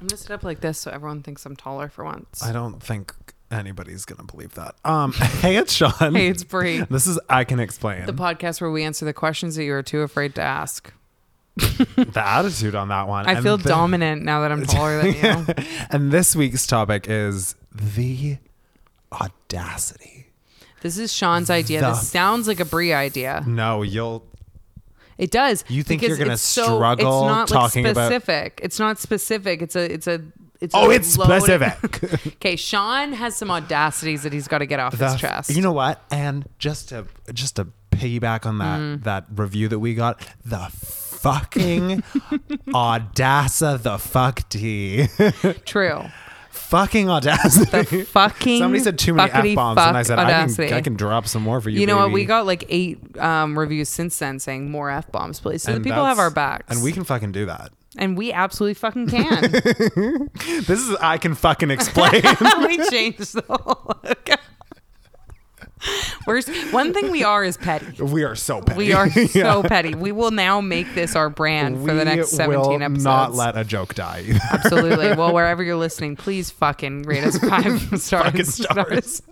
I'm gonna sit up like this so everyone thinks I'm taller for once. I don't think anybody's gonna believe that. Um, hey, it's Sean. hey, it's Brie. This is I can explain the podcast where we answer the questions that you are too afraid to ask. the attitude on that one. I And feel the- dominant now that I'm taller than you. And this week's topic is the audacity. This is Sean's idea. The- This sounds like a Brie idea. No, you'll It does. You think you're because gonna it's so- struggle it's not talking like about- specific. It's not specific. It's a. It's a. It's Oh, a it's load- specific. okay, Sean has some audacities that he's got to get off the his chest. You know what? And just to just to piggyback on that Mm. that review that we got, the fucking audacity, the fuck d, true. fucking audacity. The fucking. Somebody said too many fuckity f bombs, and I fuck said I audacity. can I can drop some more for you. You know what? We baby." got like eight um, reviews since then saying more f bombs, please. So And the people have our that's- backs, and we can fucking do that. and we absolutely fucking can. This is I can fucking explain. we changed the whole look. We're, s- one thing we are is petty. we are so petty. We are so Yeah. petty. We will now make this our brand for We the next 17 will episodes. Not let a joke die. either. Absolutely. Well, wherever you're listening, please fucking rate us five stars. Fucking stars.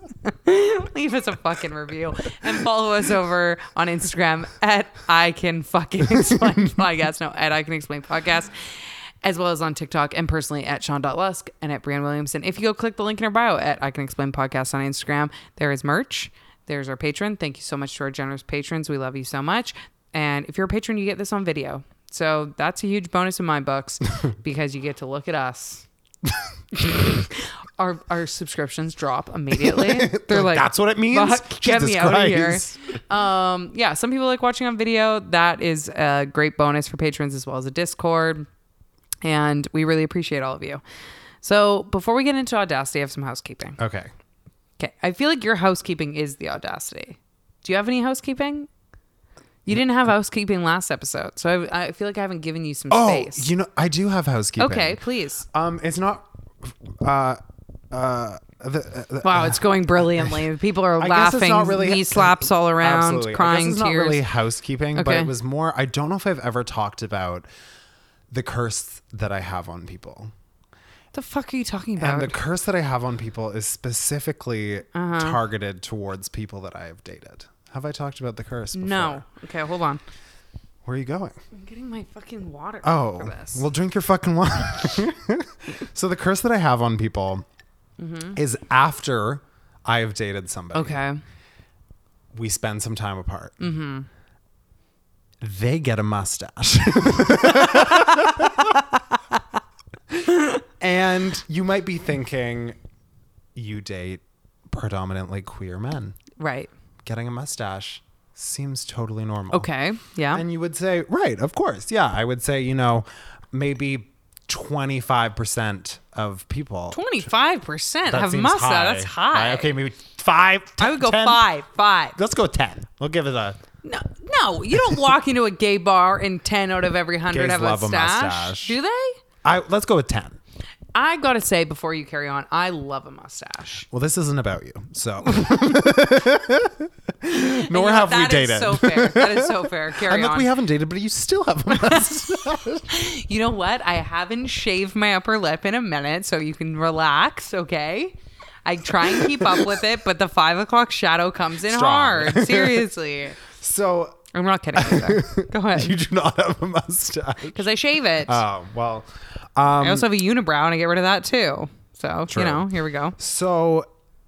Leave us a fucking review and follow us over on Instagram at I can fucking explain podcast. No, at I can explain podcast. As well as on TikTok and personally at Sean.Lusk and at Brian Williamson. If you go click the link in our bio at I Can Explain Podcast on Instagram, there is merch. There's our patron. Thank you so much to our generous patrons. We love you so much. And if you're a patron, you get this on video. So that's a huge bonus in my books because you get to look at us. our our subscriptions drop immediately. They're like, That's what it means? "Fuck, get Jesus me out of here. Christ. Um, yeah, some people like watching on video. That is a great bonus for patrons as well as a Discord, and we really appreciate all of you. So before we get into audacity, I have some housekeeping. okay. Okay, I feel like your housekeeping is the audacity. Do you have any housekeeping? You didn't have housekeeping last episode, so I, I feel like I haven't given you some Oh, space. you know I do have housekeeping. okay, please. Um, it's not. Uh, uh, the, uh, Wow, it's going brilliantly. People are I guess laughing, it's not really knee slaps all around, Absolutely. I crying guess it's tears. Not really housekeeping, but Okay. it was more. I don't know if I've ever talked about the curse that I have on people, the fuck are you talking and about? the curse that I have on people is specifically Uh-huh. targeted towards people that I have dated. Have I talked about the curse? Before? no. Okay, hold on. Where are you going? I'm getting my fucking water. Oh, for this. well, drink your fucking water. so the curse that I have on people is after I have dated somebody. Mm-hmm. okay. we spend some time apart. Mm-hmm. They get a mustache. and you might be thinking, you date predominantly queer men. Right. Getting a mustache seems totally normal. Okay. Yeah. Oh. And you would say, right, of course. Yeah. I would say, you know, maybe 25% of people. Twenty-five percent That have seems mustache. high. That's high. Okay, maybe five. I would go 10. five. Five. Let's go 10. We'll give it a No, no. You don't walk into a gay bar and ten out of every hundred Gays have love a a mustache. mustache. Do they? I let's go with ten. I gotta say before you carry on, I love a mustache. Well, this isn't about you, so You know, nor have we that is dated. So fair. That is so fair. Carry and look, on. we haven't dated, but you still have a mustache. you know what? I haven't shaved my upper lip in a minute, so you can relax. Okay. I try and keep up with it, but the five o'clock shadow comes in Strong. hard. Seriously. so I'm not kidding. Either. Go you ahead. do not have a mustache. Because I shave it. Oh well. I Um, also have a unibrow and I get rid of that too. So, True. you know, here we go. so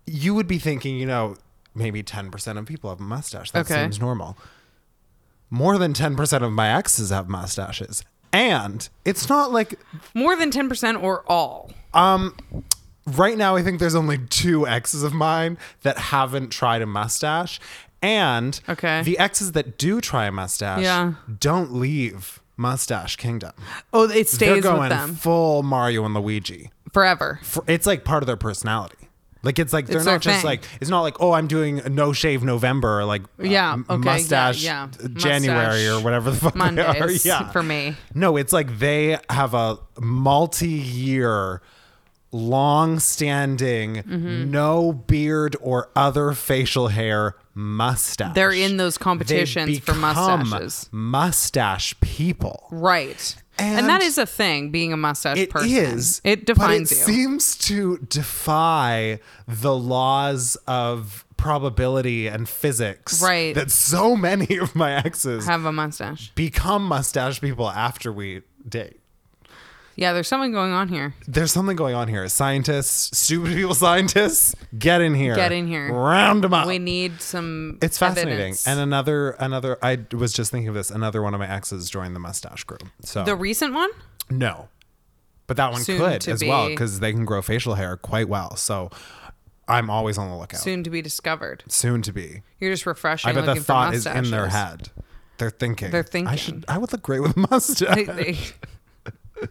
you would be thinking, you know, maybe ten percent of people have a mustache. That Okay. seems normal. More than ten percent of my exes have mustaches, and it's not like More than 10% or all. Um, right now, I think there's only two exes of mine that haven't tried a mustache, and Okay. the exes that do try a mustache Yeah. don't leave Mustache Kingdom. Oh, it stays They're with going them full Mario and Luigi. forever. For, it's like part of their personality. Like it's like they're It's their not just thing. like it's not like oh I'm doing a no shave November or like uh, Yeah, m- okay, yeah, mustache yeah. uh, January Mustache or whatever the fuck they are. Mondays yeah for me. no it's like they have a multi year long standing, Mm-hmm. no beard or other facial hair mustache. They're in those competitions for become mustaches. Mustache people. Right. And, And that is a thing, being a mustache It is. person. It but defines it you. seems to defy the laws of probability and physics Right. that so many of my exes have a mustache. become mustache people after we date. Yeah, there's something going on here. There's something going on here. Scientists, stupid people, scientists, get in here. Get in here. Round them up. We need some. it's fascinating. evidence. And another, another. I was just thinking of this. Another one of my exes joined the mustache group. So the recent one? no, but that one Soon could to as well be- because they can grow facial hair quite well. So I'm always on the lookout. Soon, Soon to be discovered. to be. You're just refreshing. I bet the looking thought for is in their mustaches. head. They're thinking. They're I thinking. should. I would look great with a mustache. They- they-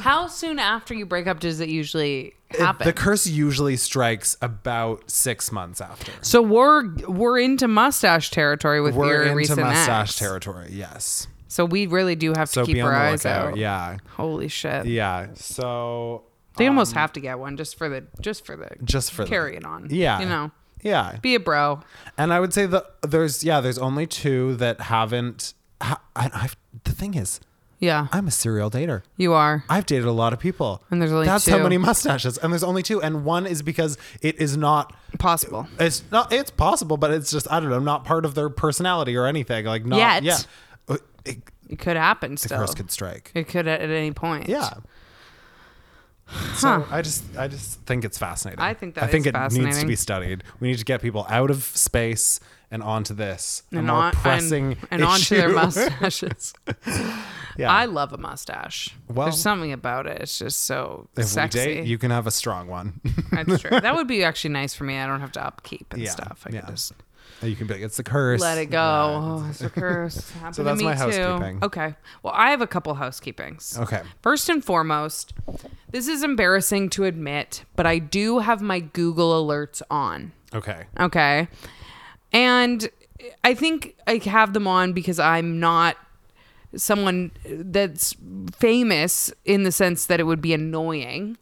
How soon after you break up does it usually It- happen? the curse usually strikes about six months after. so we're we're into mustache territory with We're your into recent mustache ex. territory. Yes. So we really do have to So keep be on our the eyes lookout. out. Yeah. Holy shit. Yeah. So They almost have to get one just for the just for the just for the- carry it on. Yeah. You know. Yeah. Be a bro. And I would say that there's yeah there's only two that haven't. Ha- I, I've, the thing is, Yeah. I'm a serial dater. you are. I've dated a lot of people, And there's only that's how two. many mustaches, and there's only two, and one is because it is not. Possible. It's not. It's possible, but it's just I don't know, not part of their personality or anything. Like not Yet. Oh. Yeah. Uh, It, It could happen the still. curse could strike. it could at, at any point. Yeah. So I just I just think it's fascinating. I think that I think is it needs to fascinating. be studied. We need to get people out of space and onto this a And more on pressing and, and onto their issue. mustaches. yeah. I love a mustache. Well- There's something about it. It's just so if sexy. we date, you can have a strong one. That's true. That would be actually nice for me. I don't have to upkeep and Yeah, stuff. I yeah. can just you can be like, it's the curse. let it go. Oh, it's a curse. Happened to that's me my too. housekeeping. Okay. Well, I have a couple housekeepings. Okay. First and foremost, this is embarrassing to admit, but I do have my Google alerts on. Okay. Okay. And I think I have them on because I'm not someone that's famous in the sense that it would be annoying.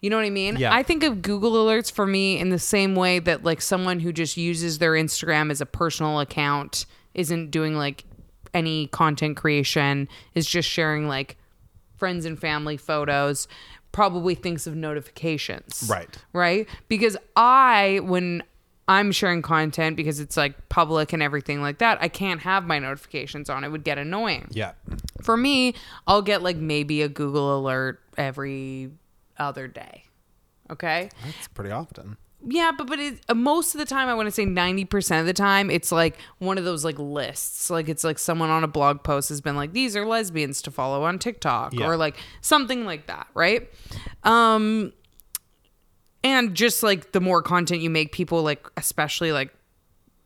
You know what I mean? Yeah. I think of Google alerts for me in the same way that like someone who just uses their Instagram as a personal account isn't doing like any content creation, is just sharing like friends and family photos, probably thinks of notifications Right. right? Because I, when I'm sharing content because it's like public and everything like that, I can't have my notifications on. It would get annoying. Yeah. For me, I'll get like maybe a Google alert every other day. Okay. That's pretty often. Yeah, but but it, uh, most of the time, I want to say ninety percent of the time, it's like one of those like lists. Like it's like someone on a blog post has been like, "These are lesbians to follow on TikTok," Yeah. or like something like that, right? Um, and just like the more content you make, people like especially like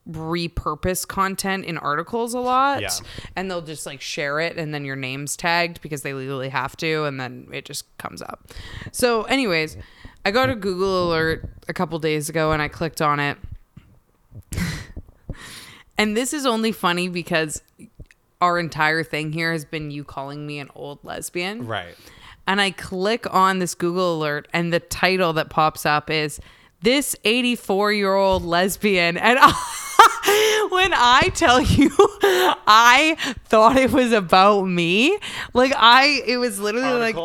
repurpose content in articles a lot Yeah. and they'll just like share it and then your name's tagged because they legally have to and then it just comes up so anyways i got a google alert a couple days ago and i clicked on it and this is only funny because our entire thing here has been you calling me an old lesbian Right. and I click on this Google alert, and the title that pops up is This 84 year old lesbian. And when I tell you, I thought it was about me. Like, I, it was literally like.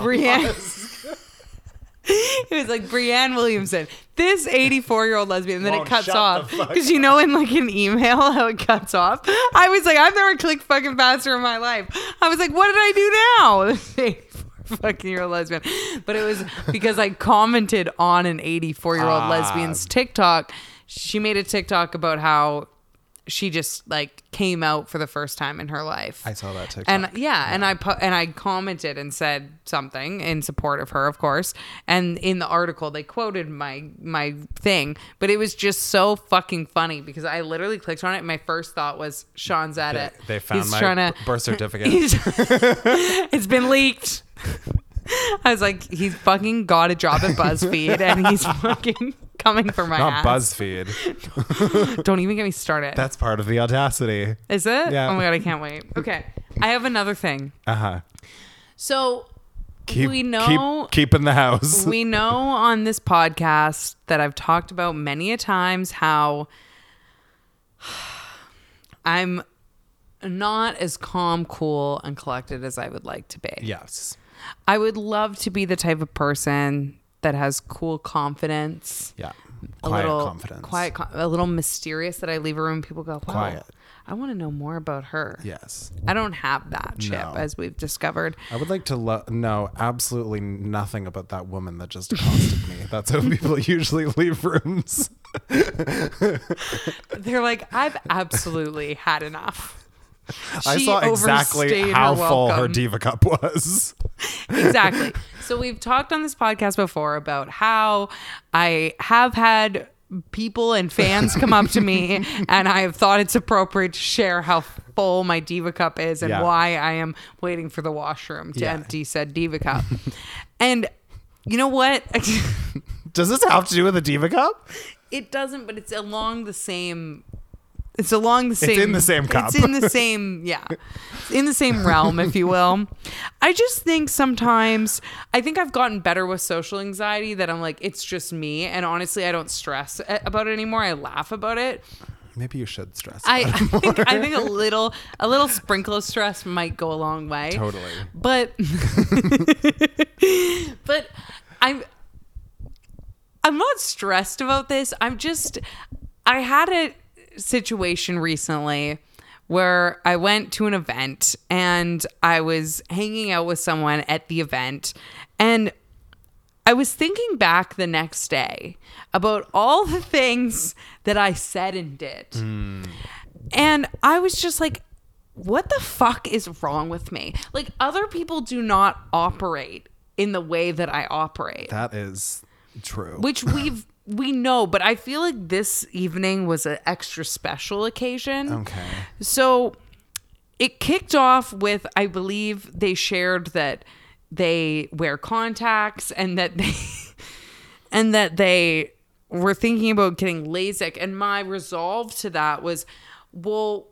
Brienne- It was like Brienne Williamson, this 84 year old lesbian. And then Won't it cuts shut the off. fuck Because you know, in like an email, how it cuts off. I was like, I've never clicked fucking faster in my life. I was like, what did I do now? This 84 fucking year old lesbian. But it was because I commented on an 84 year old Ah. lesbian's TikTok. She made a TikTok about how she just like came out for the first time in her life. I saw that TikTok. And yeah, and I pu- and I commented and said something in support of her, of course. And in the article, they quoted my my thing, but it was just so fucking funny because I literally clicked on it. And my first thought was, "Sean's at they, it. they found He's my trying to. birth certificate. he's- it's been leaked." I was like, "He's fucking got a job at BuzzFeed, and he's fucking coming for my Not ass." BuzzFeed. Don't even get me started. That's part of the audacity. Is it? Yeah. Oh my god, I can't wait. Okay, I have another thing. Uh huh. So Uh-huh. Keep, We know- keep keeping the house. we know on this podcast that I've talked about many a times how I'm not as calm, cool, and collected as I would like to be. yes. I would love to be the type of person that has cool confidence. Yeah. a Quiet little confidence. quiet, con- a little mysterious that I leave a room. People go, wow, Quiet. I want to know more about her. Yes. I don't have that chip, No. as we've discovered. I would like to lo- know absolutely nothing about that woman that just accosted me. That's how people usually leave rooms. They're like, I've absolutely had enough. I She saw exactly overstayed how full her welcome. diva cup was. exactly. So we've talked on this podcast before about how I have had people and fans come up to me and I have thought it's appropriate to share how full my diva cup is and Yeah. why I am waiting for the washroom to Yeah. empty said diva cup. and you know what? Does this have to do with a diva cup? it doesn't, but it's along the same it's along the same in the same cup. It's in the same yeah. It's in the same realm, if you will. I just think sometimes I think I've gotten better with social anxiety that I'm like, it's just me. And honestly, I don't stress a- about it anymore. I laugh about it. Maybe you should stress. I, about it. I think I think a little a little sprinkle of stress might go a long way. Totally. But but I'm I'm not stressed about this. I'm just I had a situation recently where I went to an event and I was hanging out with someone at the event and I was thinking back the next day about all the things that I said and did. And I was just like, what the fuck is wrong with me? Like, other people do not operate in the way that I operate, That is true. which we've. We know, but I feel like this evening was an extra special occasion. okay. So it kicked off with, I believe they shared that they wear contacts and that they and that they were thinking about getting LASIK. And my resolve to that was, well,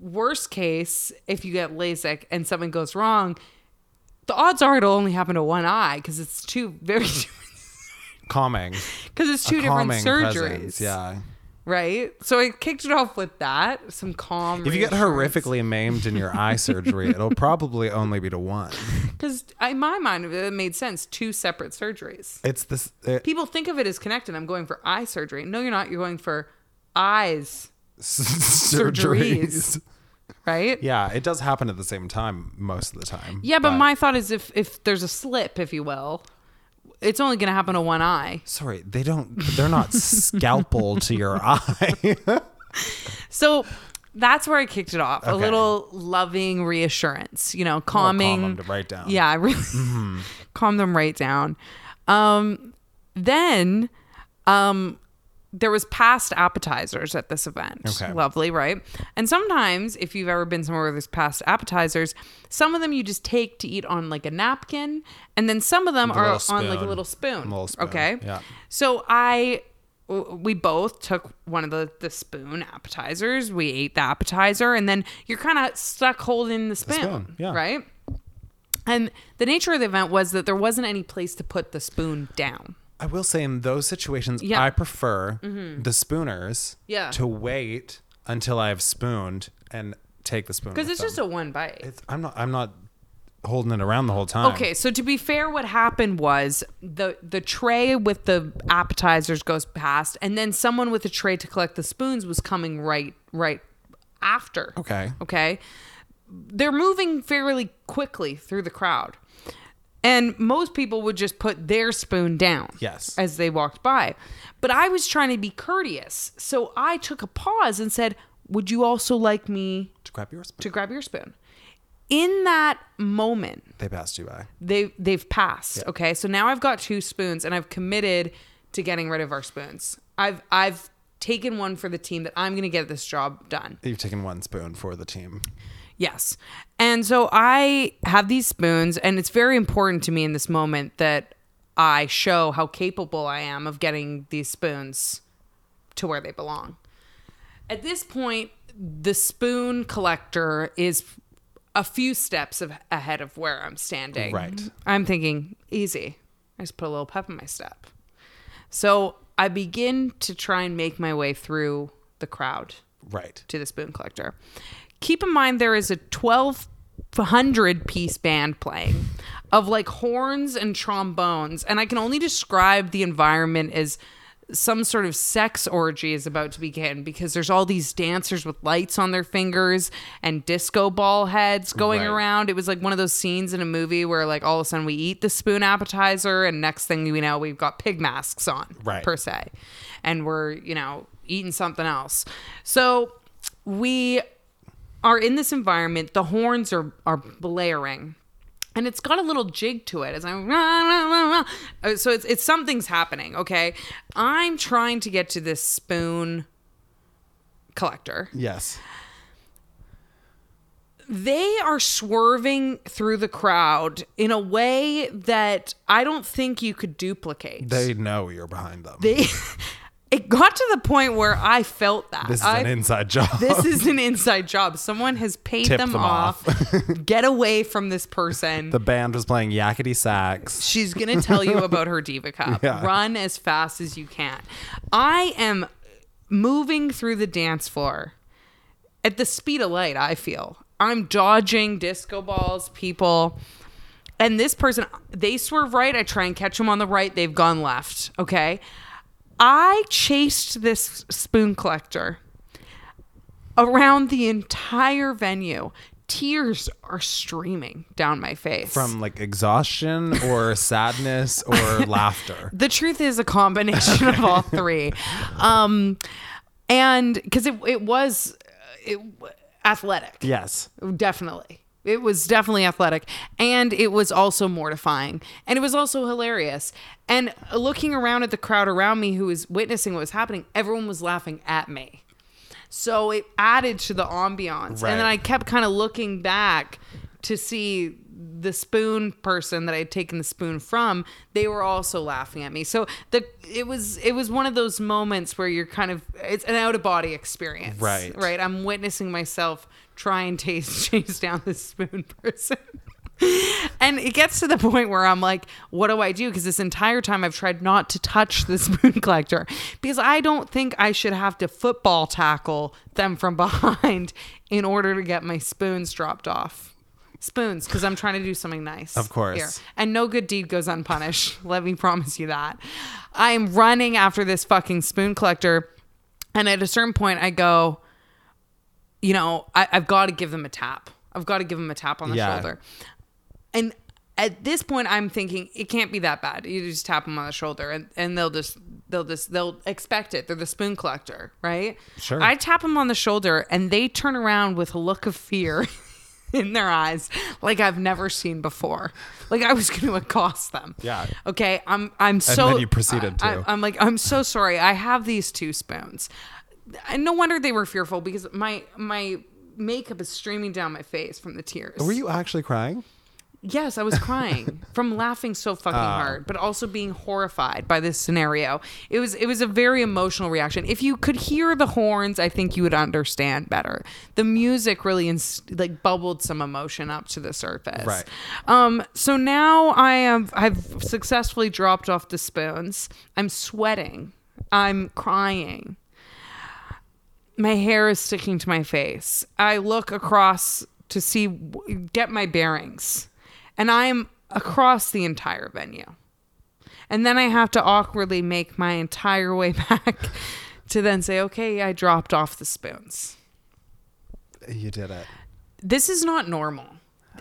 worst case, if you get LASIK and something goes wrong, the odds are it'll only happen to one eye because it's two very because Calming. it's two different Calming surgeries, presence, Yeah. right? So I kicked it off with that, some calm. If you get reassurance. horrifically maimed in your eye surgery, it'll probably only be to one. Because in my mind, it made sense. Two separate surgeries. It's this. It, People think of it as connected. I'm going for eye surgery. No, you're not. You're going for eyes, surgeries. right? Yeah, it does happen at the same time most of the time. Yeah, but my thought is if if there's a slip, if you will, it's only going to happen to one eye. Sorry, they don't. They're not scalpel to your eye. So that's where I kicked it off. A Okay. little loving reassurance, you know, calm calming. them to right down. Mm-hmm. Yeah, I really calm them right down. Um, then um, there was past appetizers at this event. Okay. Lovely, right? And sometimes if you've ever been somewhere where there's past appetizers, some of them you just take to eat on like a napkin, and then some of them With a are little on like a spoon. little spoon. Little spoon, Okay. yeah. So I w- we both took one of the, the spoon appetizers. We ate the appetizer, and then you're kind of stuck holding the spoon, spoon, yeah. right? And the nature of the event was that there wasn't any place to put the spoon down. I will say in those situations, Yeah. Mm-hmm. I prefer the spooners. Yeah. To wait until I've spooned and take the spoon. Because it's just a one bite. It's, I'm not. I'm not holding it around the whole time. Okay, so to be fair, what happened was the the tray with the appetizers goes past, and then someone with a tray to collect the spoons was coming right right after. Okay. Okay. They're moving fairly quickly through the crowd. And most people would just put their spoon down Yes. as they walked by. But I was trying to be courteous. So I took a pause and said, Would you also like me To grab your spoon, to grab your spoon? In that moment, they passed you by. they they've passed. Okay, so now I've got two spoons, and I've committed to getting rid of our spoons. I've I've taken one for the team that I'm going to get this job done. You've taken one spoon for the team. Yes, and so I have these spoons, and it's very important to me in this moment that I show how capable I am of getting these spoons to where they belong. At this point, the spoon collector is a few steps of, ahead of where I'm standing. Right. I'm thinking, easy. I just put a little pep in my step. So I begin to try and make my way through the crowd Right. to the spoon collector. Keep in mind there is a 1200 piece band playing of like horns and trombones and I can only describe the environment as some sort of sex orgy is about to begin because there's all these dancers with lights on their fingers and disco ball heads going Right. around. It was like one of those scenes in a movie where like all of a sudden we eat the spoon appetizer and next thing we know we've got pig masks on Right. per se and we're you know eating something else so we are in this environment the horns are are blaring and it's got a little jig to it. It's like, "Rah, rah, rah, rah." Uh, so it's, it's something's happening, okay? I'm trying to get to this spoon collector. Yes. They are swerving through the crowd in a way that I don't think you could duplicate. They know you're behind them. They- it got to the point where I felt that. this is I an inside job. this is an inside job. Someone has paid Tipped them, them off. Get away from this person. the band was playing yakety sax. She's going to tell you about her Diva Cup. Yeah. Run as fast as you can. I am moving through the dance floor at the speed of light, I feel. I'm dodging disco balls, people. And this person, they swerve right. I try and catch them on the right. They've gone left. Okay. I chased this spoon collector around the entire venue. Tears are streaming down my face. From like exhaustion or sadness or laughter. The truth is a combination of all three. Um, and because it, it was uh, it, w- athletic, Yes. definitely. It was definitely athletic. And it was also mortifying. And it was also hilarious. And looking around at the crowd around me who was witnessing what was happening, everyone was laughing at me. So it added to the ambiance. And then Right. I kept kind of looking back to see the spoon person that I had taken the spoon from. They were also laughing at me. So the it was it was one of those moments where you're kind of it's an out of body experience. Right. Right. I'm witnessing myself try and taste chase down this spoon person. And it gets to the point where I'm like, what do I do? Because this entire time I've tried not to touch the spoon collector because I don't think I should have to football tackle them from behind in order to get my spoons dropped off. Spoons, because I'm trying to do something nice. Of course. And no good deed goes unpunished. Let me promise you that. I'm running after this fucking spoon collector. And at a certain point, I go, you know, I, I've got to give them a tap. I've got to give them a tap on the Yeah. shoulder. And at this point, I'm thinking it can't be that bad. You just tap them on the shoulder, and, and they'll just they'll just they'll expect it. They're the spoon collector, right? Sure. I tap them on the shoulder, and they turn around with a look of fear in their eyes, like I've never seen before. Like I was going to accost them. Yeah. Okay. I'm I'm so. then you proceeded I- to. I'm like, I'm so sorry. I have these two spoons. And no wonder they were fearful because my my makeup is streaming down my face from the tears. Were you actually crying? Yes, I was crying from laughing so fucking hard, but also being horrified by this scenario. It was it was a very emotional reaction. If you could hear the horns, I think you would understand better. The music really ins- like bubbled some emotion up to the surface. Right. Um. So now I am I've successfully dropped off the spoons. I'm sweating. I'm crying my hair is sticking to my face. I look across to see, get my bearings, and I'm across the entire venue. And then I have to awkwardly make my entire way back to then say, okay, I dropped off the spoons. You did it. This is not normal.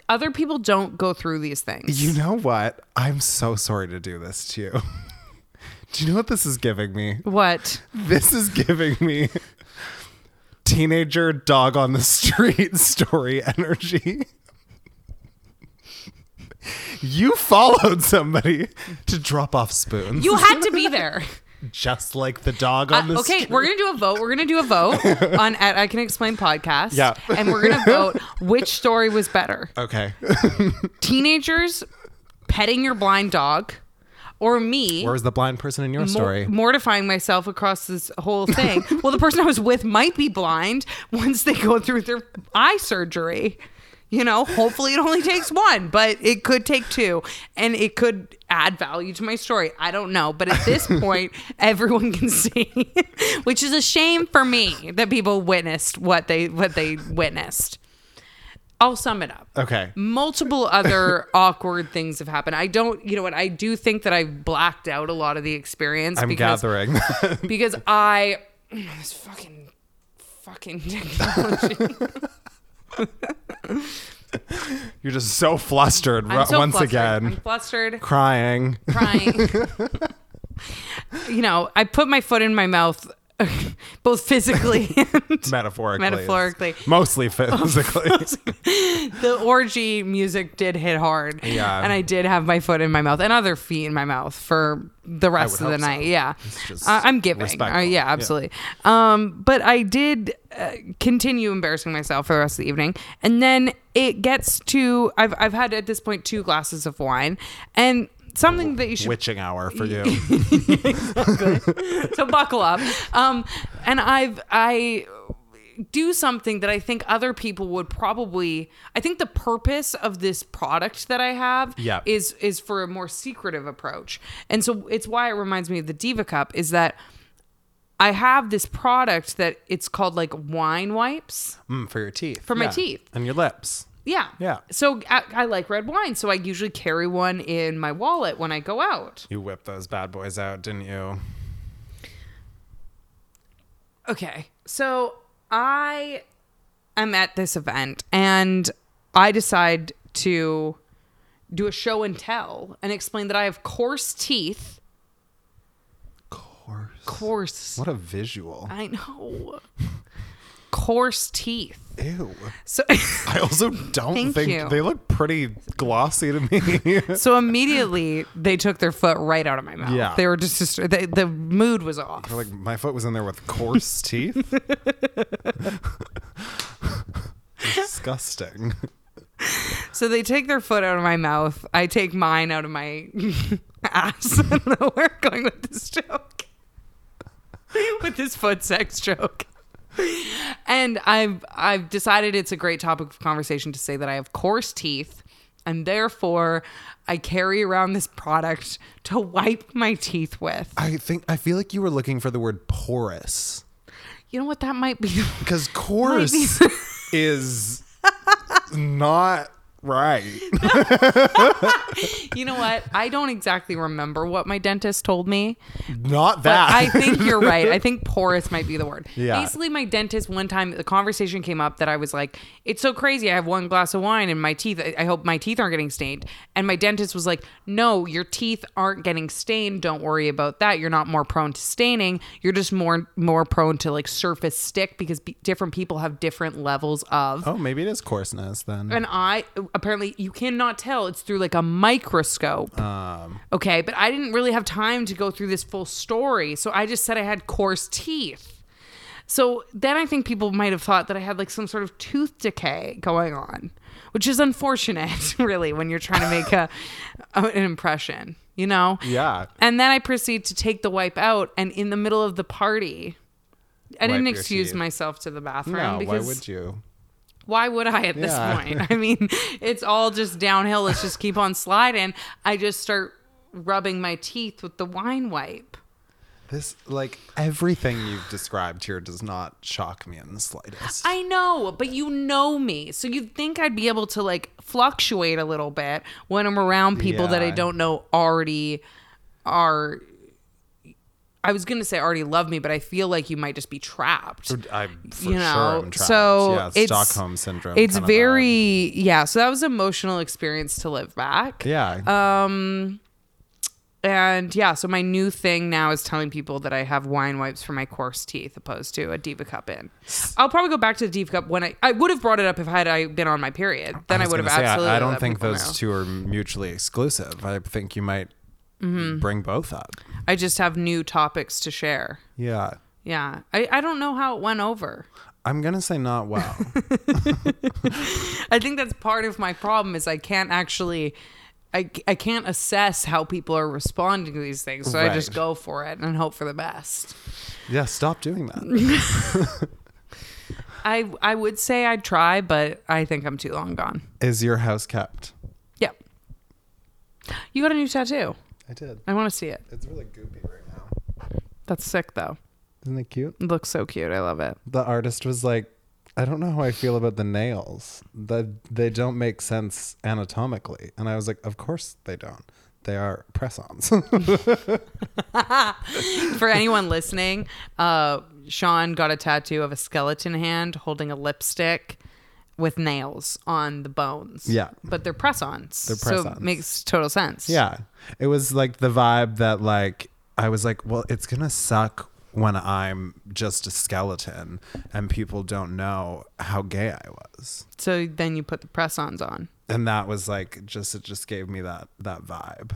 Other people don't go through these things. You know what? I'm so sorry to do this to you. do you know what this is giving me? what? This is giving me teenager dog on the street story energy. You followed somebody to drop off spoons, You had to be there. just like the dog on Uh, the okay, street. we're gonna do a vote. We're gonna do a vote on at I Can Explain podcast. Yeah. and we're gonna vote which story was better. Okay, teenagers petting your blind dog or me where's the blind person in your mor- story? mortifying myself across this whole thing. well, the person I was with might be blind once they go through their eye surgery. You know, hopefully it only takes one, but it could take two and it could add value to my story. I don't know. But at this point, everyone can see, which is a shame for me that people witnessed what they what they witnessed. I'll sum it up Okay. multiple other awkward things have happened. I don't, you know what? I do think that I blacked out a lot of the experience I'm because gathering. because I this fucking fucking technology. You're just so flustered I'm ru- so once flustered. again, I'm flustered, crying. crying. you know, I put my foot in my mouth both physically and Metaphorically. Metaphorically. Oh, Mostly physically. the orgy music did hit hard. Yeah. And I did have my foot in my mouth and other feet in my mouth for the rest of would the hope so. night. Yeah. just I- I'm giving. respectful. Uh, yeah, Yeah. absolutely. Um, but I did uh, continue embarrassing myself for the rest of the evening. And then it gets to, I've, I've had at this point two glasses of wine and something that you should Witching hour for you. so buckle up. Um, and I've I do something that I think other people would probably. I think the purpose of this product that I have Yeah. is is for a more secretive approach, and so it's why it reminds me of the Diva Cup is that. I have this product that it's called like wine wipes. Mm, for your teeth. For my teeth. And your lips. Yeah. Yeah. So I, I like red wine, so I usually carry one in my wallet when I go out. You whipped those bad boys out, didn't you? Okay. So I am at this event and I decide to do a show and tell and explain that I have coarse teeth. Course. Coarse. What a visual. I know. coarse teeth. Ew. So I also don't Thank think you. they look pretty glossy to me. so immediately they took their foot right out of my mouth. Yeah. They were just, just they, the mood was off. like my foot was in there with coarse teeth. Disgusting. So they take their foot out of my mouth. I take mine out of my ass. I don't know where I'm going with this joke. with this foot sex joke. And I've I've decided it's a great topic of conversation to say that I have coarse teeth and therefore I carry around this product to wipe my teeth with. I think I feel like you were looking for the word porous You know what that might be? because coarse is not right. you know what? I don't exactly remember what my dentist told me. Not But that. I think you're right. I think porous might be the word. Yeah. Basically, my dentist one time the conversation came up that I was like, "It's so crazy. I have one glass of wine and my teeth. I- I hope my teeth aren't getting stained." And my dentist was like, "No, your teeth aren't getting stained. Don't worry about that. You're not more prone to staining. You're just more more prone to like surface stick because b- different people have different levels of." oh, maybe it is coarseness then. And I apparently you cannot tell. It's through like a microscope. um, Okay, but I didn't really have time to go through this full story, so I just said I had coarse teeth. So then I think people might have thought that I had like some sort of tooth decay going on, which is unfortunate, really, when you're trying to make a, an impression, you know? yeah. And then I proceed to take the wipe out, and in the middle of the party, I Wipe didn't your excuse teeth. myself to the bathroom No, why because would you? why would I at this Yeah. point? I mean, it's all just downhill. Let's just keep on sliding. I just start rubbing my teeth with the wine wipe. This like everything you've described here does not shock me in the slightest. I know, but you know me. So you'd think I'd be able to like fluctuate a little bit when I'm around people that I Yeah. don't know already are. I was going to say already love me, but I feel like you might just be trapped. I for you know sure am trapped. so yeah, it's Stockholm syndrome. it's kinda vibe. very yeah so that was an emotional experience to live back yeah. and yeah so my new thing now is telling people that i have wine wipes for my coarse teeth opposed to a diva cup in i'll probably go back to the diva cup when i i would have brought it up if had i been on my period then i, was would have gonna say, I- absolutely I, let don't think people those know. two are mutually exclusive. I think you might Mm-hmm. bring both up. i just have new topics to share Yeah. yeah i i don't know how it went over I'm gonna say not well. I think that's part of my problem is I can't actually I, I can't assess how people are responding to these things. So I just Right. go for it and hope for the best. yeah, stop doing that. I I would say I'd try, but I think I'm too long gone. Is your house kept? Yeah. You got a new tattoo. I did. I want to see it. It's really goopy right now. That's sick though. Isn't it cute? It looks so cute. I love it. The artist was like, I don't know how I feel about the nails. The, they don't make sense anatomically. And I was like, Of course they don't. They are press ons. For anyone listening, uh, Sean got a tattoo of a skeleton hand holding a lipstick with nails on the bones. Yeah. But they're press-ons. They're So it press-ons. makes total sense. yeah. It was like the vibe that, like, I was like, Well, it's going to suck when I'm just a skeleton and people don't know how gay I was. So then you put the press-ons on. And that was like, just, it just gave me that, that vibe.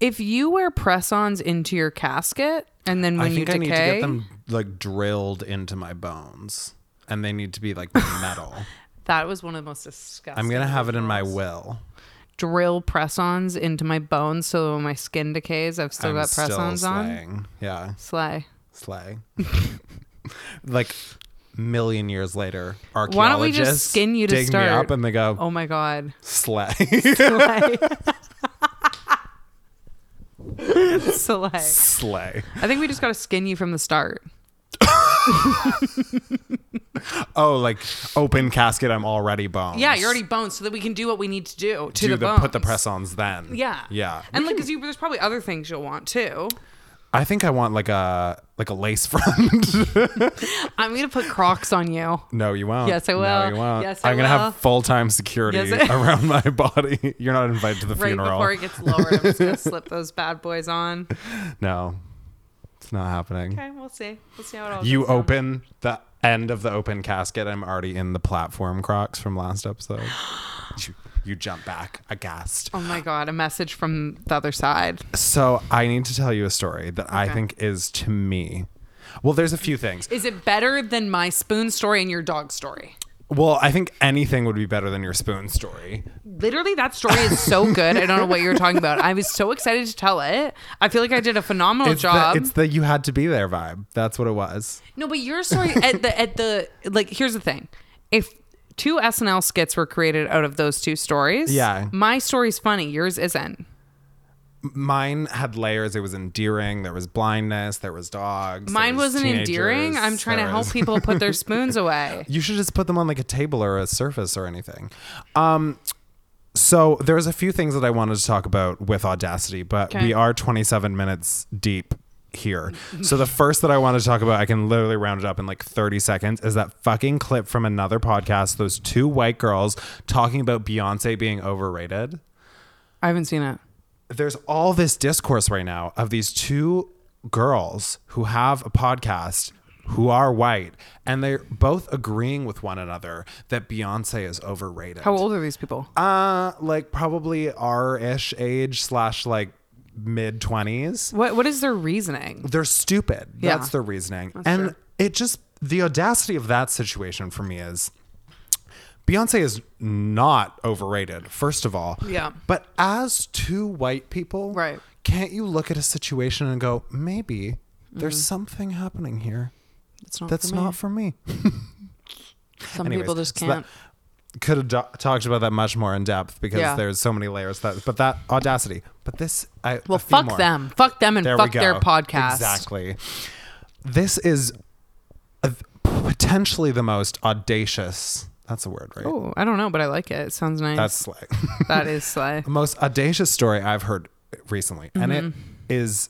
If you wear press-ons into your casket and then when I think you I decay, need to get them like drilled into my bones, and they need to be like metal. that was one of the most disgusting. I'm gonna have it in my will. drill press-ons into my bones so when my skin decays, I've still I'm got press-ons still on. slaying. Yeah, Slay. slaying. like million years later, archaeologists Why don't we just skin you to dig start? me up, and they go Oh my god. slay, Slay. Slay. slay. I think we just gotta skin you from the start. Oh, like open casket. I'm already bones. Yeah, you're already bones, so that we can do what we need to do to do the, the bones. put the press-ons then. Yeah. yeah. And like, cause you, there's probably other things you'll want too. I think I want like a like a lace front. I'm gonna put Crocs on you. No, you won't. Yes, I No, will. you won't. Yes, I I'm gonna will. have full time security Yes, I- around my body. You're not invited to the Right funeral. before it gets lowered, I'm just gonna slip those bad boys on. No, it's not happening. Okay, we'll see. We'll see how it all. You goes down. open the end of the open casket. I'm already in the platform Crocs from last episode. you, you jump back aghast. Oh my god! A message from the other side. So I need to tell you a story that I Okay. think is to me. Well, there's a few things. Is it better than my spoon story and your dog story? Well, I think anything would be better than your spoon story. Literally, that story is so good. I don't know what you're talking about. I was so excited to tell it. I feel like I did a phenomenal It's job. The, it's the you had to be there vibe. That's what it was. No, but your story at the at the like here's the thing. If two SNL skits were created out of those two stories, Yeah. My story's funny, yours isn't. mine had layers. It was endearing. There was blindness. There was dogs. Mine there was wasn't endearing. teenagers, I'm trying to there help was- people put their spoons away. You should just put them on like a table or a surface or anything. Um, so there's a few things that I wanted to talk about with Audacity, but Okay. we are 27 minutes deep here. So the first that I want to talk about, I can literally round it up in like 30 seconds, is that fucking clip from another podcast. Those two white girls talking about Beyonce being overrated I haven't seen it. there's all this discourse right now of these two girls who have a podcast who are white and they're both agreeing with one another that Beyonce is overrated. How old are these people? Uh like probably our ish age slash like mid twenties. What what is their reasoning? They're stupid. Yeah. That's their reasoning. and true. it just the audacity of that situation for me is Beyonce is not overrated, first of all. Yeah. But as two white people, Right. can't you look at a situation and go, maybe there's something happening here It's Mm-hmm. not. that's for me. not for me? Some Anyways, people just so that- can't. could have do- talked about that much more in depth because Yeah. there's so many layers. That, but that audacity. But this, I well, a few fuck more. them. Fuck them and There fuck we go. their podcast. Exactly. This is a, potentially the most audacious. That's a word, right? Oh, I don't know, but I like it. It sounds nice. That's like that is sly. the most audacious story I've heard recently, and it Mm-hmm. is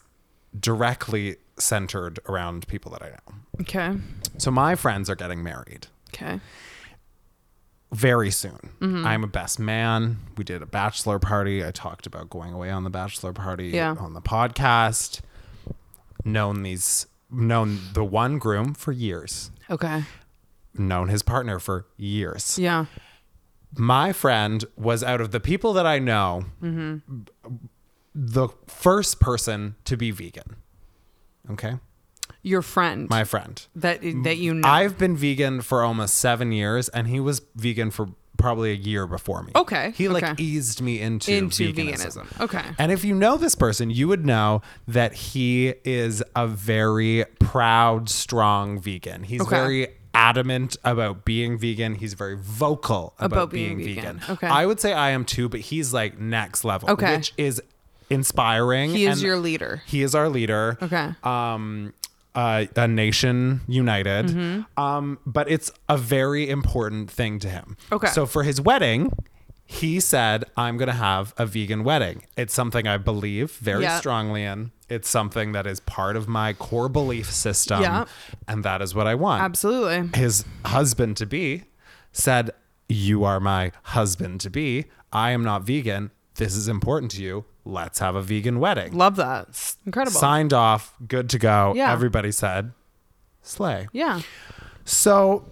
directly centered around people that I know. Okay. So my friends are getting married Okay. very soon. Mm-hmm. I'm a best man. We did a bachelor party. I talked about going away on the bachelor party Yeah. on the podcast. Known these known the one groom for years. Okay. Known his partner for years. Yeah. my friend was out of the people that I know b- the first person to be vegan. Okay? Your friend My friend. that that you know. I've been vegan for almost 7 years and he was vegan for probably a year before me. Okay, He like okay. eased me into, into veganism. veganism. Okay. And if you know this person, you would know that he is a very proud, strong vegan. He's Okay. very adamant about being vegan. He's very vocal about, About being, being vegan. vegan. Okay. I would say I am too, but he's like next level, Okay. which is inspiring. He is and your leader. He is our leader. Okay. Um, uh, a nation united. Mm-hmm. Um, but it's a very important thing to him. Okay. So for his wedding, he said, "I'm going to have a vegan wedding. It's something I believe very Yeah. strongly in. It's something that is part of my core belief system, Yeah. and that is what I want." Absolutely. his husband to be said, You are my husband to be. I am not vegan. This is important to you. Let's have a vegan wedding. Love that. Incredible. Signed off, good to go. Yeah. Everybody said, Slay. yeah. So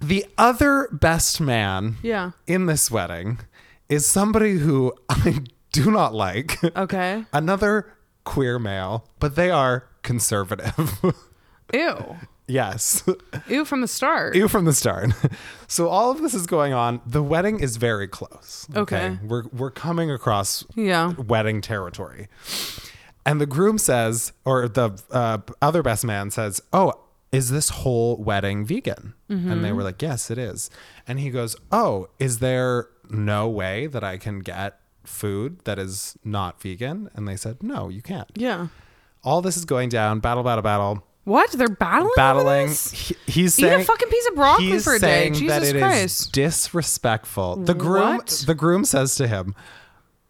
the other best man Yeah. in this wedding is somebody who I do not like. Okay. Another queer male, but they are conservative. Ew. yes. Ew from the start. Ew from the start. So all of this is going on. The wedding is very close. Okay. We're we're coming across Yeah. wedding territory. And the groom says, or the uh, other best man says, Oh, is this whole wedding vegan? And they were like, Yes, it is. And he goes, Oh, is there no way that I can get food that is not vegan? And they said, No, you can't. Yeah. All this is going down, battle, battle, battle What? They're battling? over battling. this? He- he's Eat a saying fucking piece of broccoli he's for a day. saying Jesus that it is Christ. disrespectful. The groom. What? The groom says to him,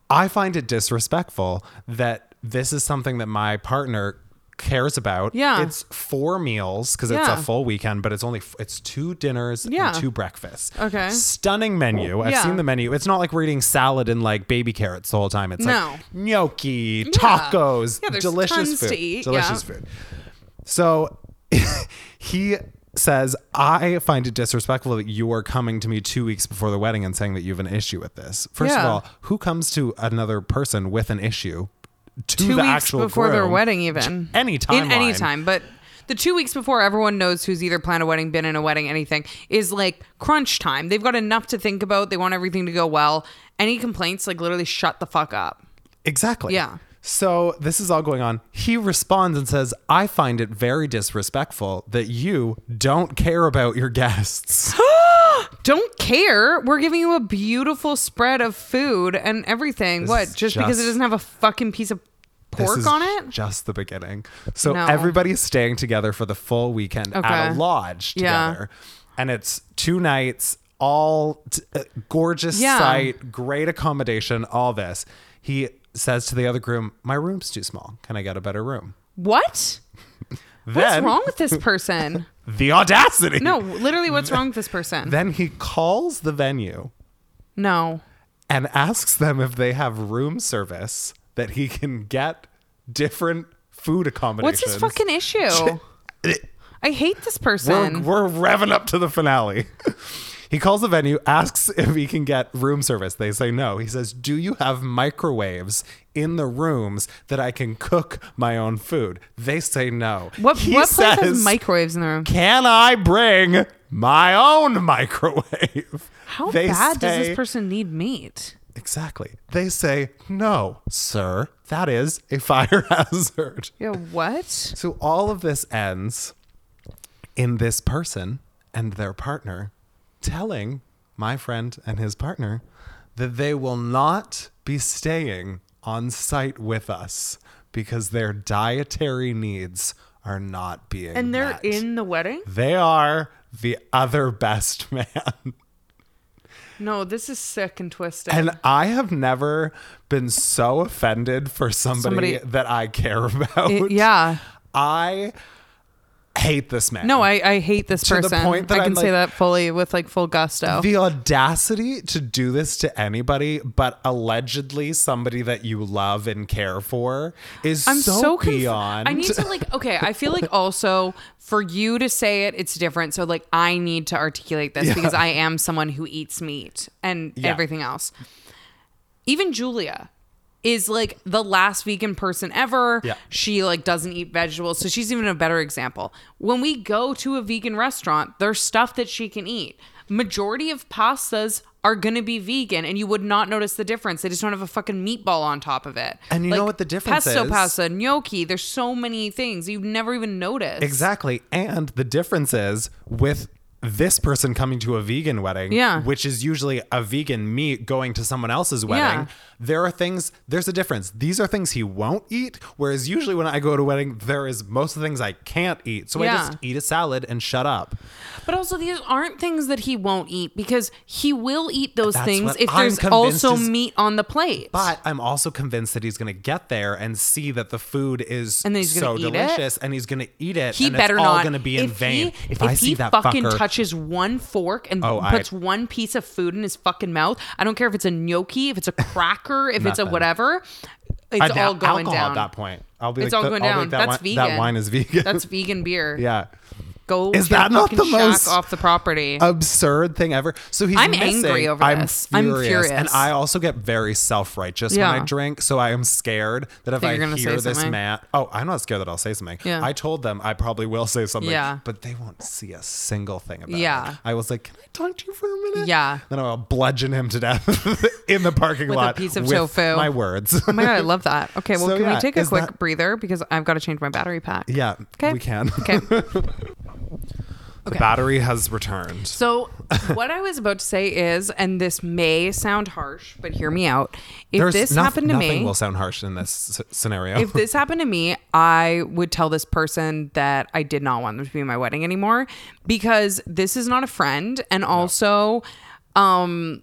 "I find it disrespectful that this is something that my partner." cares about Yeah. it's four meals because it's Yeah. a full weekend but it's only f- it's two dinners Yeah. and two breakfasts Okay. stunning menu i've Yeah. seen the menu it's not like we're eating salad and like baby carrots the whole time it's No. like gnocchi tacos Yeah, there's delicious tons food to eat, delicious yeah. food so he says, I find it disrespectful that you are coming to me two weeks before the wedding and saying that you have an issue with this. First of Yeah. all, who comes to another person with an issue to two the weeks actual before their groom? wedding, even any in any timeline. time, but. The two weeks before everyone knows who's either planned a wedding, been in a wedding, anything is like crunch time. They've got enough to think about. They want everything to go well. Any complaints, like literally shut the fuck up. Exactly. Yeah. So this is all going on. He responds and says, I find it very disrespectful that you don't care about your guests. Don't care. We're giving you a beautiful spread of food and everything. what? is Just, because it just- doesn't have a fucking piece of This pork is on it? Just the beginning. So No. everybody's staying together for the full weekend at a Okay. lodge Yeah. together. And it's two nights, all t- uh, gorgeous Yeah. site, great accommodation, all this. He says to the other groom, My room's too small. Can I get a better room? What? What's Then wrong with this person? the audacity. No, literally, what's wrong with this person? Then he calls the venue no. and asks them if they have room service that he can get different food accommodations. What's his fucking issue? I hate this person. We're, we're revving up to the finale. he calls the venue, asks if he can get room service. They say no. He says, Do you have microwaves in the rooms that I can cook my own food? They say no. what he what place says, has microwaves in the room? Can I bring my own microwave? How They bad does say- this person need meat? Exactly. They say, No, sir, that is a fire hazard. Yeah, what? So all of this ends in this person and their partner telling my friend and his partner that they will not be staying on site with us because their dietary needs are not being And they're met. in the wedding? they are the other best man. No, this is sick and twisted. And I have never been so offended for somebody, Somebody- that I care about. It- yeah. I hate this man. No, I, I hate this To the person. point that I can I'm say that like- fully with like full gusto. the audacity to do this to anybody but allegedly somebody that you love and care for is I'm so, so, conf- beyond I need to like okay. I feel like also for you to say it, it's different. So like I need to articulate this because I am someone who eats meat and Yeah. everything else. Even Julia is like the last vegan person ever. Yeah. She like doesn't eat vegetables, so she's even a better example. When we go to a vegan restaurant, there's stuff that she can eat. Majority of pastas are going to be vegan and you would not notice the difference. They just don't have a fucking meatball on top of it. And you know what the difference pesto is? pasta, gnocchi, there's so many things you never even notice. Exactly. And the difference is with this person coming to a vegan wedding, Yeah. which is usually a vegan meat going to someone else's wedding, Yeah. there are things, there's a difference. These are things he won't eat, whereas usually when I go to a wedding, there is most of the things I can't eat. So I Yeah. just eat a salad and shut up. But also, these aren't things that he won't eat because he will eat those That's things what if I'm there's convinced also is- meat on the plate. But I'm also convinced that he's going to get there and see that the food is And then he's so gonna eat it? delicious and he's going to eat it. he and better it's all not. going to be in if vain. He, if, he fucking touches one fork and Oh, I- puts one piece of food in his fucking mouth, I don't care if it's a gnocchi, if it's a cracker, if it's a Nothing. whatever, it's I'd all have going alcohol down. at that point, I'll be It's like, all "Th- going I'll down. make That That's wine, vegan. That wine is vegan. That's vegan beer. yeah. Go Is to your that not fucking the shack most- off the property. absurd thing ever. So he's I'm missing- angry over I'm this. I'm Furious. furious. And I also get very self righteous Yeah. when I drink. So I am scared that if That I you're gonna hear say this something. man, oh, I'm not scared that I'll say something. Yeah. I told them I probably will say something. Yeah. But they won't see a single thing about Yeah. it. I was like, can I talk to you for a minute? Yeah. Then I'll bludgeon him to death in the parking With a lot piece of with tofu. My words. oh my god, I love that. Okay, well, So, can yeah, we take a is quick that- breather because I've got to change my battery pack. yeah. Okay. We can. Okay. The battery has returned. So what I was about to say is, and this may sound harsh, but hear me out. If There's this noth- happened to nothing me, will sound harsh in this s- scenario. if this happened to me, I would tell this person that I did not want them to be in my wedding anymore because this is not a friend. And also, um,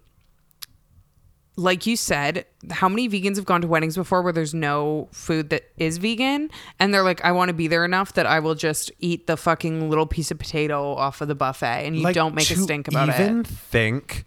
like you said, how many vegans have gone to weddings before where there's no food that is vegan? And they're like, I want to be there enough that I will just eat the fucking little piece of potato off of the buffet and you Like, don't make a to stink about even it. think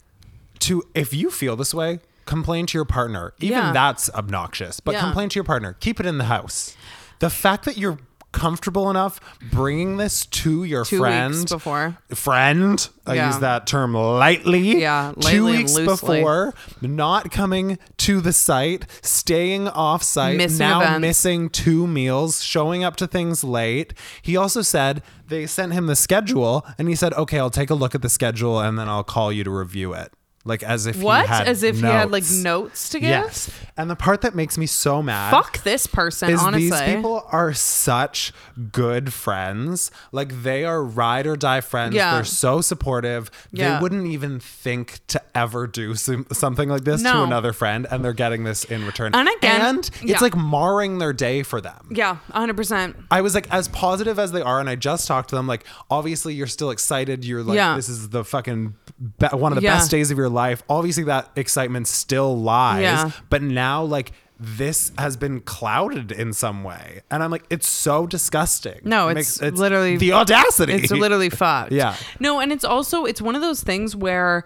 to if you feel this way, complain to your partner. Even Yeah. that's obnoxious, but Yeah. complain to your partner. Keep it in the house. The fact that you're comfortable enough bringing this to your Two friend weeks before. friend i Yeah. use that term lightly Yeah, two lightly and weeks loosely. before not coming to the site staying off site Missing now events. missing two meals showing up to things late he also said they sent him the schedule and he said okay i'll take a look at the schedule and then i'll call you to review it like as if What? he had As if notes. you had like notes to give? yes and the part that makes me so mad Fuck this person, is honestly. these people are such good friends. Like they are ride or die friends. Yeah. They're so supportive. Yeah. They wouldn't even think to ever do some, something like this to No. another friend, and they're getting this in return. And again- And it's yeah. like marring their day for them. yeah, 100%. I was like, as positive as they are, and I just talked to them. Like, obviously, you're still excited. You're like, Yeah. this is the fucking be- one of the Yeah. best days of your life. Obviously, that excitement still lies. Yeah. But now, like, this has been clouded in some way, and I'm like, it's so disgusting. No, It it's literally- the audacity. It's literally fucked. Yeah. No, and it's also it's one of those things where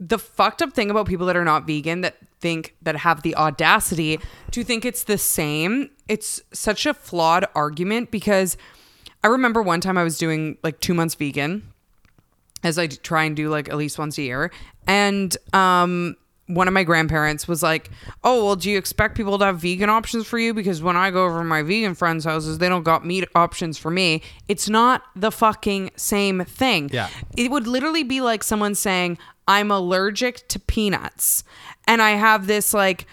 the fucked up thing about people that are not vegan that think that have the audacity to think it's the same, it's such a flawed argument because I remember one time I was doing like 2 months vegan as I d- try and do like at least once a year. And um, one of my grandparents was like, "Oh, well, do you expect people to have vegan options for you? Because when I go over to my vegan friends' houses, they don't got meat options for me. It's not the fucking same thing. Yeah. it would literally be like someone saying." I'm allergic to peanuts and I have this like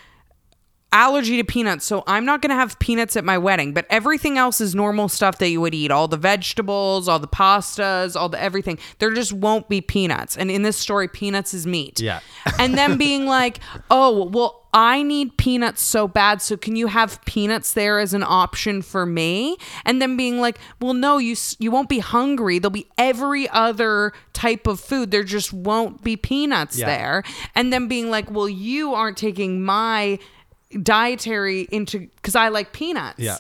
allergy to peanuts, so I'm not going to have peanuts at my wedding, but everything else is normal stuff that you would eat. All the vegetables, all the pastas, all the everything. There just won't be peanuts. And in this story, peanuts is meat. Yeah. and then being like, "Oh, well, I need peanuts so bad, so can you have peanuts there as an option for me?" And then being like, "Well, no, you s- you won't be hungry. There'll be every other type of food. There just won't be peanuts Yeah. there." And then being like, "Well, you aren't taking my dietary into because I like peanuts." Yeah.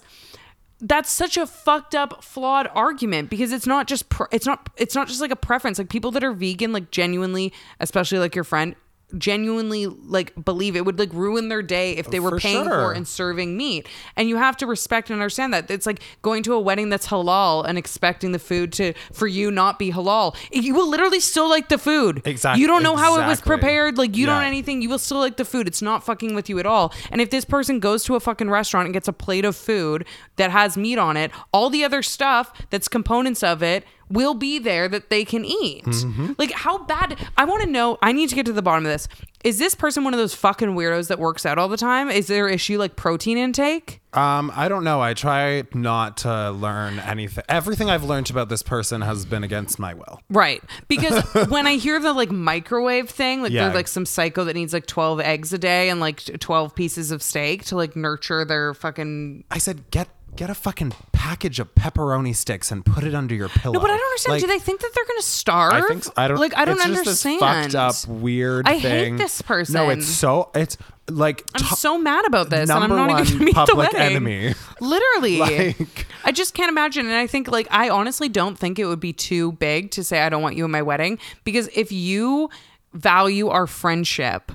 That's such a fucked up, flawed argument because it's not just pre- it's not it's not just like a preference. Like people that are vegan, like genuinely, especially like your friend, genuinely like believe it would like ruin their day if they were For paying sure. for and serving meat. And you have to respect and understand that it's like going to a wedding that's halal and expecting the food to for you not be halal. You will literally still like the food. Exact- You don't know how it was exactly. prepared. Like you don't Yeah. anything anything, you will still like the food. It's not fucking with you at all. And if this person goes to a fucking restaurant and gets a plate of food that has meat on it, all the other stuff that's components of it will be there that they can eat. Mm-hmm. Like, how bad? I want to know. I need to get to the bottom of this. Is this person one of those fucking weirdos that works out all the time? Is their issue like protein intake? Um, I don't know. I try not to learn anything. Everything I've learned about this person has been against my will. Right. Because when I hear the like microwave thing, like Yeah. they're like some psycho that needs like 12 eggs a day and like 12 pieces of steak to like nurture their fucking. I said, get get a fucking package of pepperoni sticks and put it under your pillow. No, Oh, but I don't understand. Do they think that they're going to starve? I think s- I don't Like, I don't it's understand. Just this fucked up weird. I hate thing. this person. No, it's so it's like I'm to- so mad about this, and I'm number not one even going to meet the public wedding. enemy. Literally, Like- I just can't imagine. And I think, like, I honestly don't think it would be too big to say I don't want you in my wedding because if you value our friendship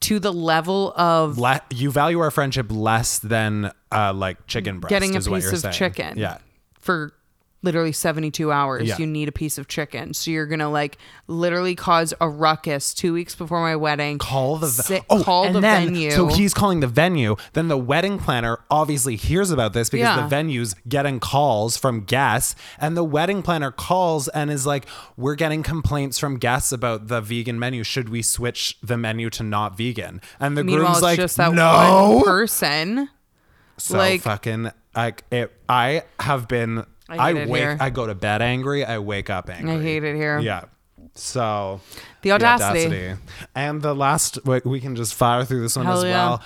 to the level of le- you value our friendship less than uh, like chicken breast. getting a is what piece you're of saying. chicken Yeah. for literally 72 hours Yeah. you need a piece of chicken so you're gonna like literally cause a ruckus two weeks before my wedding Call the ve- Sit- oh, call and the then, venue So he's calling the venue. Then the wedding planner obviously hears about this because Yeah. the venue's getting calls from guests, and the wedding planner calls and is like, "We're getting complaints from guests about the vegan menu. Should we switch the menu to not vegan?" And the meanwhile groom's it's like, just that "No." one person So Like- fucking like it. I have been. I I, hate it wake. here. I go to bed angry. I wake up angry. i hate it here Yeah. So The audacity. and the last we, we can just fire through this one Hell as yeah. well.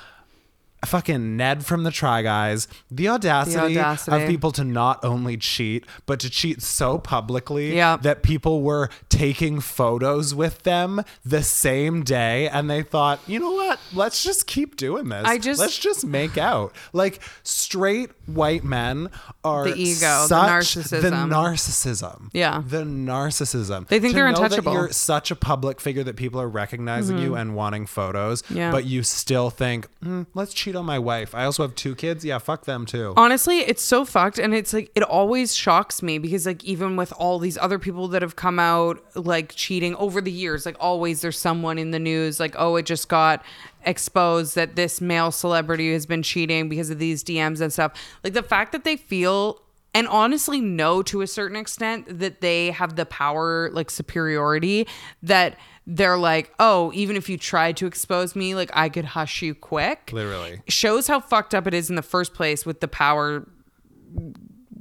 Fucking Ned from the Try Guys, the audacity, audacity. of people to not only cheat but to cheat so publicly Yeah. that people were taking photos with them the same day, and they thought, you know what? Let's just keep doing this. I just- let's just make out. Like straight white men are The ego, the such- the narcissism. narcissism. Yeah. The narcissism. They think To they're know that untouchable. Mm-hmm. you're such a public figure that people are recognizing you and wanting photos, Yeah. but you still think, "Mm, let's cheat on my wife. I also have two kids. Yeah, fuck them too. honestly it's so fucked and it's like it always shocks me because like even with all these other people that have come out like cheating over the years like always there's someone in the news like oh it just got exposed that this male celebrity has been cheating because of these DMs and stuff like the fact that they feel and honestly know to a certain extent that they have the power like superiority that they're like oh even if you tried to expose me like I could hush you quick Literally. shows how fucked up it is in the first place with the power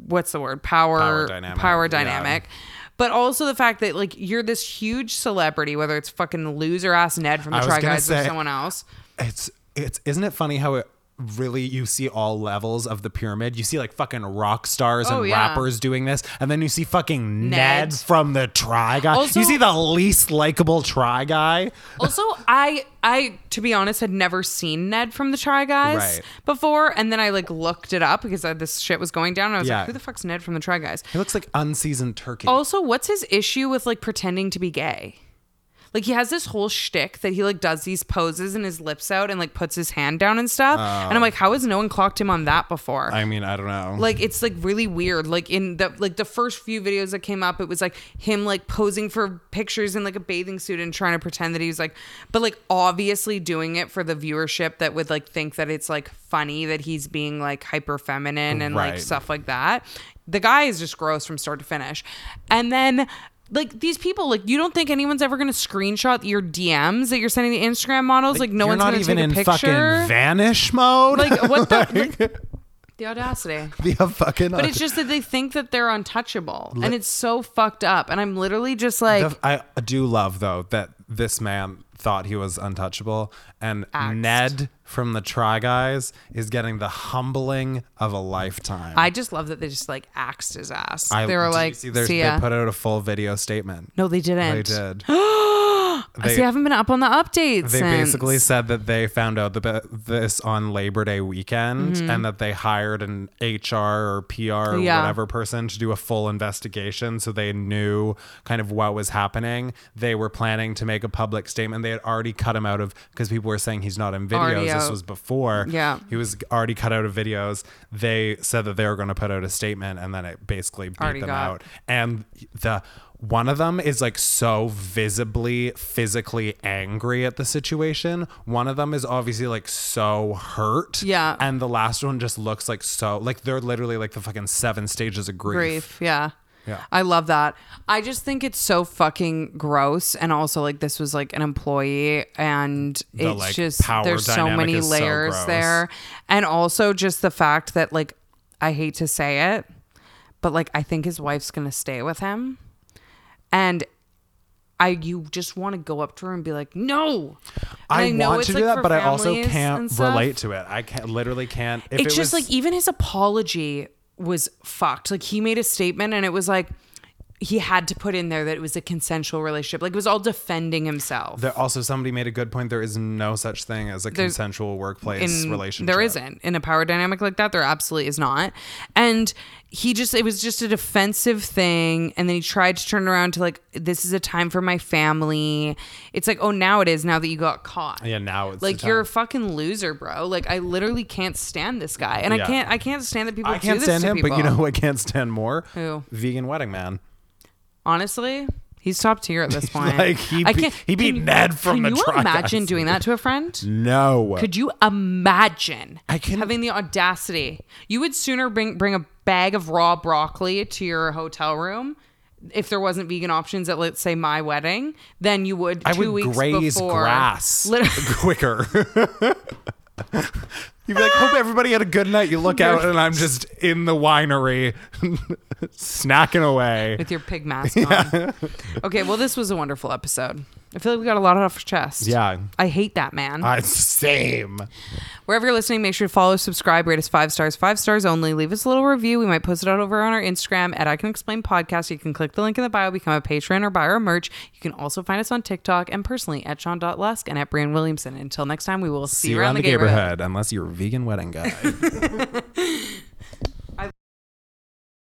what's the word power Power dynamic, power yeah. dynamic. but also the fact that like you're this huge celebrity whether it's fucking loser ass ned from the I was try gonna guys or say- someone else It's it's isn't it funny how it really you see all levels of the pyramid. You see like fucking rock stars Oh, and yeah. rappers doing this, and then you see fucking Ned. Ned, from the Try Guy. Also- you see the least likable Try Guy. also i i to be honest had never seen ned from the try guys Right. before and then i like looked it up because I, this shit was going down and i was Yeah. like who the fuck's ned from the try guys He looks like unseasoned turkey. Also, what's his issue with like pretending to be gay? Like he has this whole shtick that he like does these poses and his lips out and like puts his hand down and stuff. and I'm like, how has no one clocked him on that before? I mean, I don't know. like it's like really weird. Like in the like the first few videos that came up, it was like him like posing for pictures in like a bathing suit and trying to pretend that he was like, but like obviously doing it for the viewership that would like think that it's like funny that he's being like hyper feminine and like Right. stuff like that. The guy is just gross from start to finish, and then. Like these people, like you don't think anyone's ever gonna screenshot your DMs that you're sending the Instagram models? Like, no You're one's not gonna even take a in picture. fucking vanish mode. like what the like, the audacity. the fucking. But it's just that they think that they're untouchable, and it's so fucked up. And I'm literally just like, The- I do love though that this man thought he was untouchable, and Axed. Ned from the Try Guys is getting the humbling of a lifetime. I just love that they just like axed his ass. I- they were did you like, see there's- see they ya. put out a full video statement. no, they didn't. they did. see, I haven't been up on the updates. They since. basically said that they found out the, this on Labor Day weekend and that they hired an HR or PR or Mm-hmm. Yeah. whatever person to do a full investigation so they knew kind of what was happening. They were planning to make a public statement. They had already cut him out of because people were saying he's not in videos. Already This out. was before. Yeah. He was already cut out of videos. They said that they were going to put out a statement and then it basically beat Already them got- out. And the one of them is like so visibly physically angry at the situation. One of them is obviously like so hurt. Yeah. And the last one just looks like so like they're literally like the fucking seven stages of grief. grief. Yeah. Yeah. I love that. I just think it's so fucking gross. And also, like, this was like an employee, and The, it's like, just power there's so dynamic many is so layers gross. there. And also, just the fact that, like, I hate to say it, but like, I think his wife's gonna stay with him. And I, you just want to go up to her and be like, no. And I, know want it's, to do like, that, for but I also families and can't stuff. relate to it. I can't, literally can't. If It's it just was- like even his apology was fucked. Like he made a statement and it was like he had to put in there that it was a consensual relationship. Like it was all defending himself. There also somebody made a good point. There is no such thing as a consensual workplace in- relationship. There isn't in a power dynamic like that. There absolutely is not. And he just it was just a defensive thing, and then he tried to turn around to like this is a time for my family. It's like oh now it is now that you got caught. Yeah, now it's the like you're a time. fucking loser, bro. Like I literally can't stand this guy, and Yeah. I can't I can't stand that people I can't do this stand to him, people. but you know who I can't stand more? Who? Vegan wedding man. honestly. He's top tier at this point. Like, he I be- can't- he beat can you- Ned from Can the you Tri-Guys. imagine doing that to a friend? No. Could you imagine I can- having the audacity? You would sooner bring bring a bag of raw broccoli to your hotel room if there wasn't vegan options at let's say my wedding than you would two I would weeks graze before. grass Lit- quicker. You'd be like, hope everybody had a good night. You look out, and I'm just in the winery, snacking away. with your pig mask on. Okay, well this was a wonderful episode. I feel like we got a lot off our chest. Yeah. I hate that man. I same. Wherever you're listening, make sure to follow, subscribe, rate us five stars, five stars only. Leave us a little review. We might post it out over on our Instagram at I Can Explain Podcast. You can click the link in the bio, become a patron, or buy our merch. You can also find us on TikTok and personally at Sean.Lusk and at Brian Williamson. Until next time, we will see, See you around the neighborhood. neighborhood, unless you're a vegan wedding guy.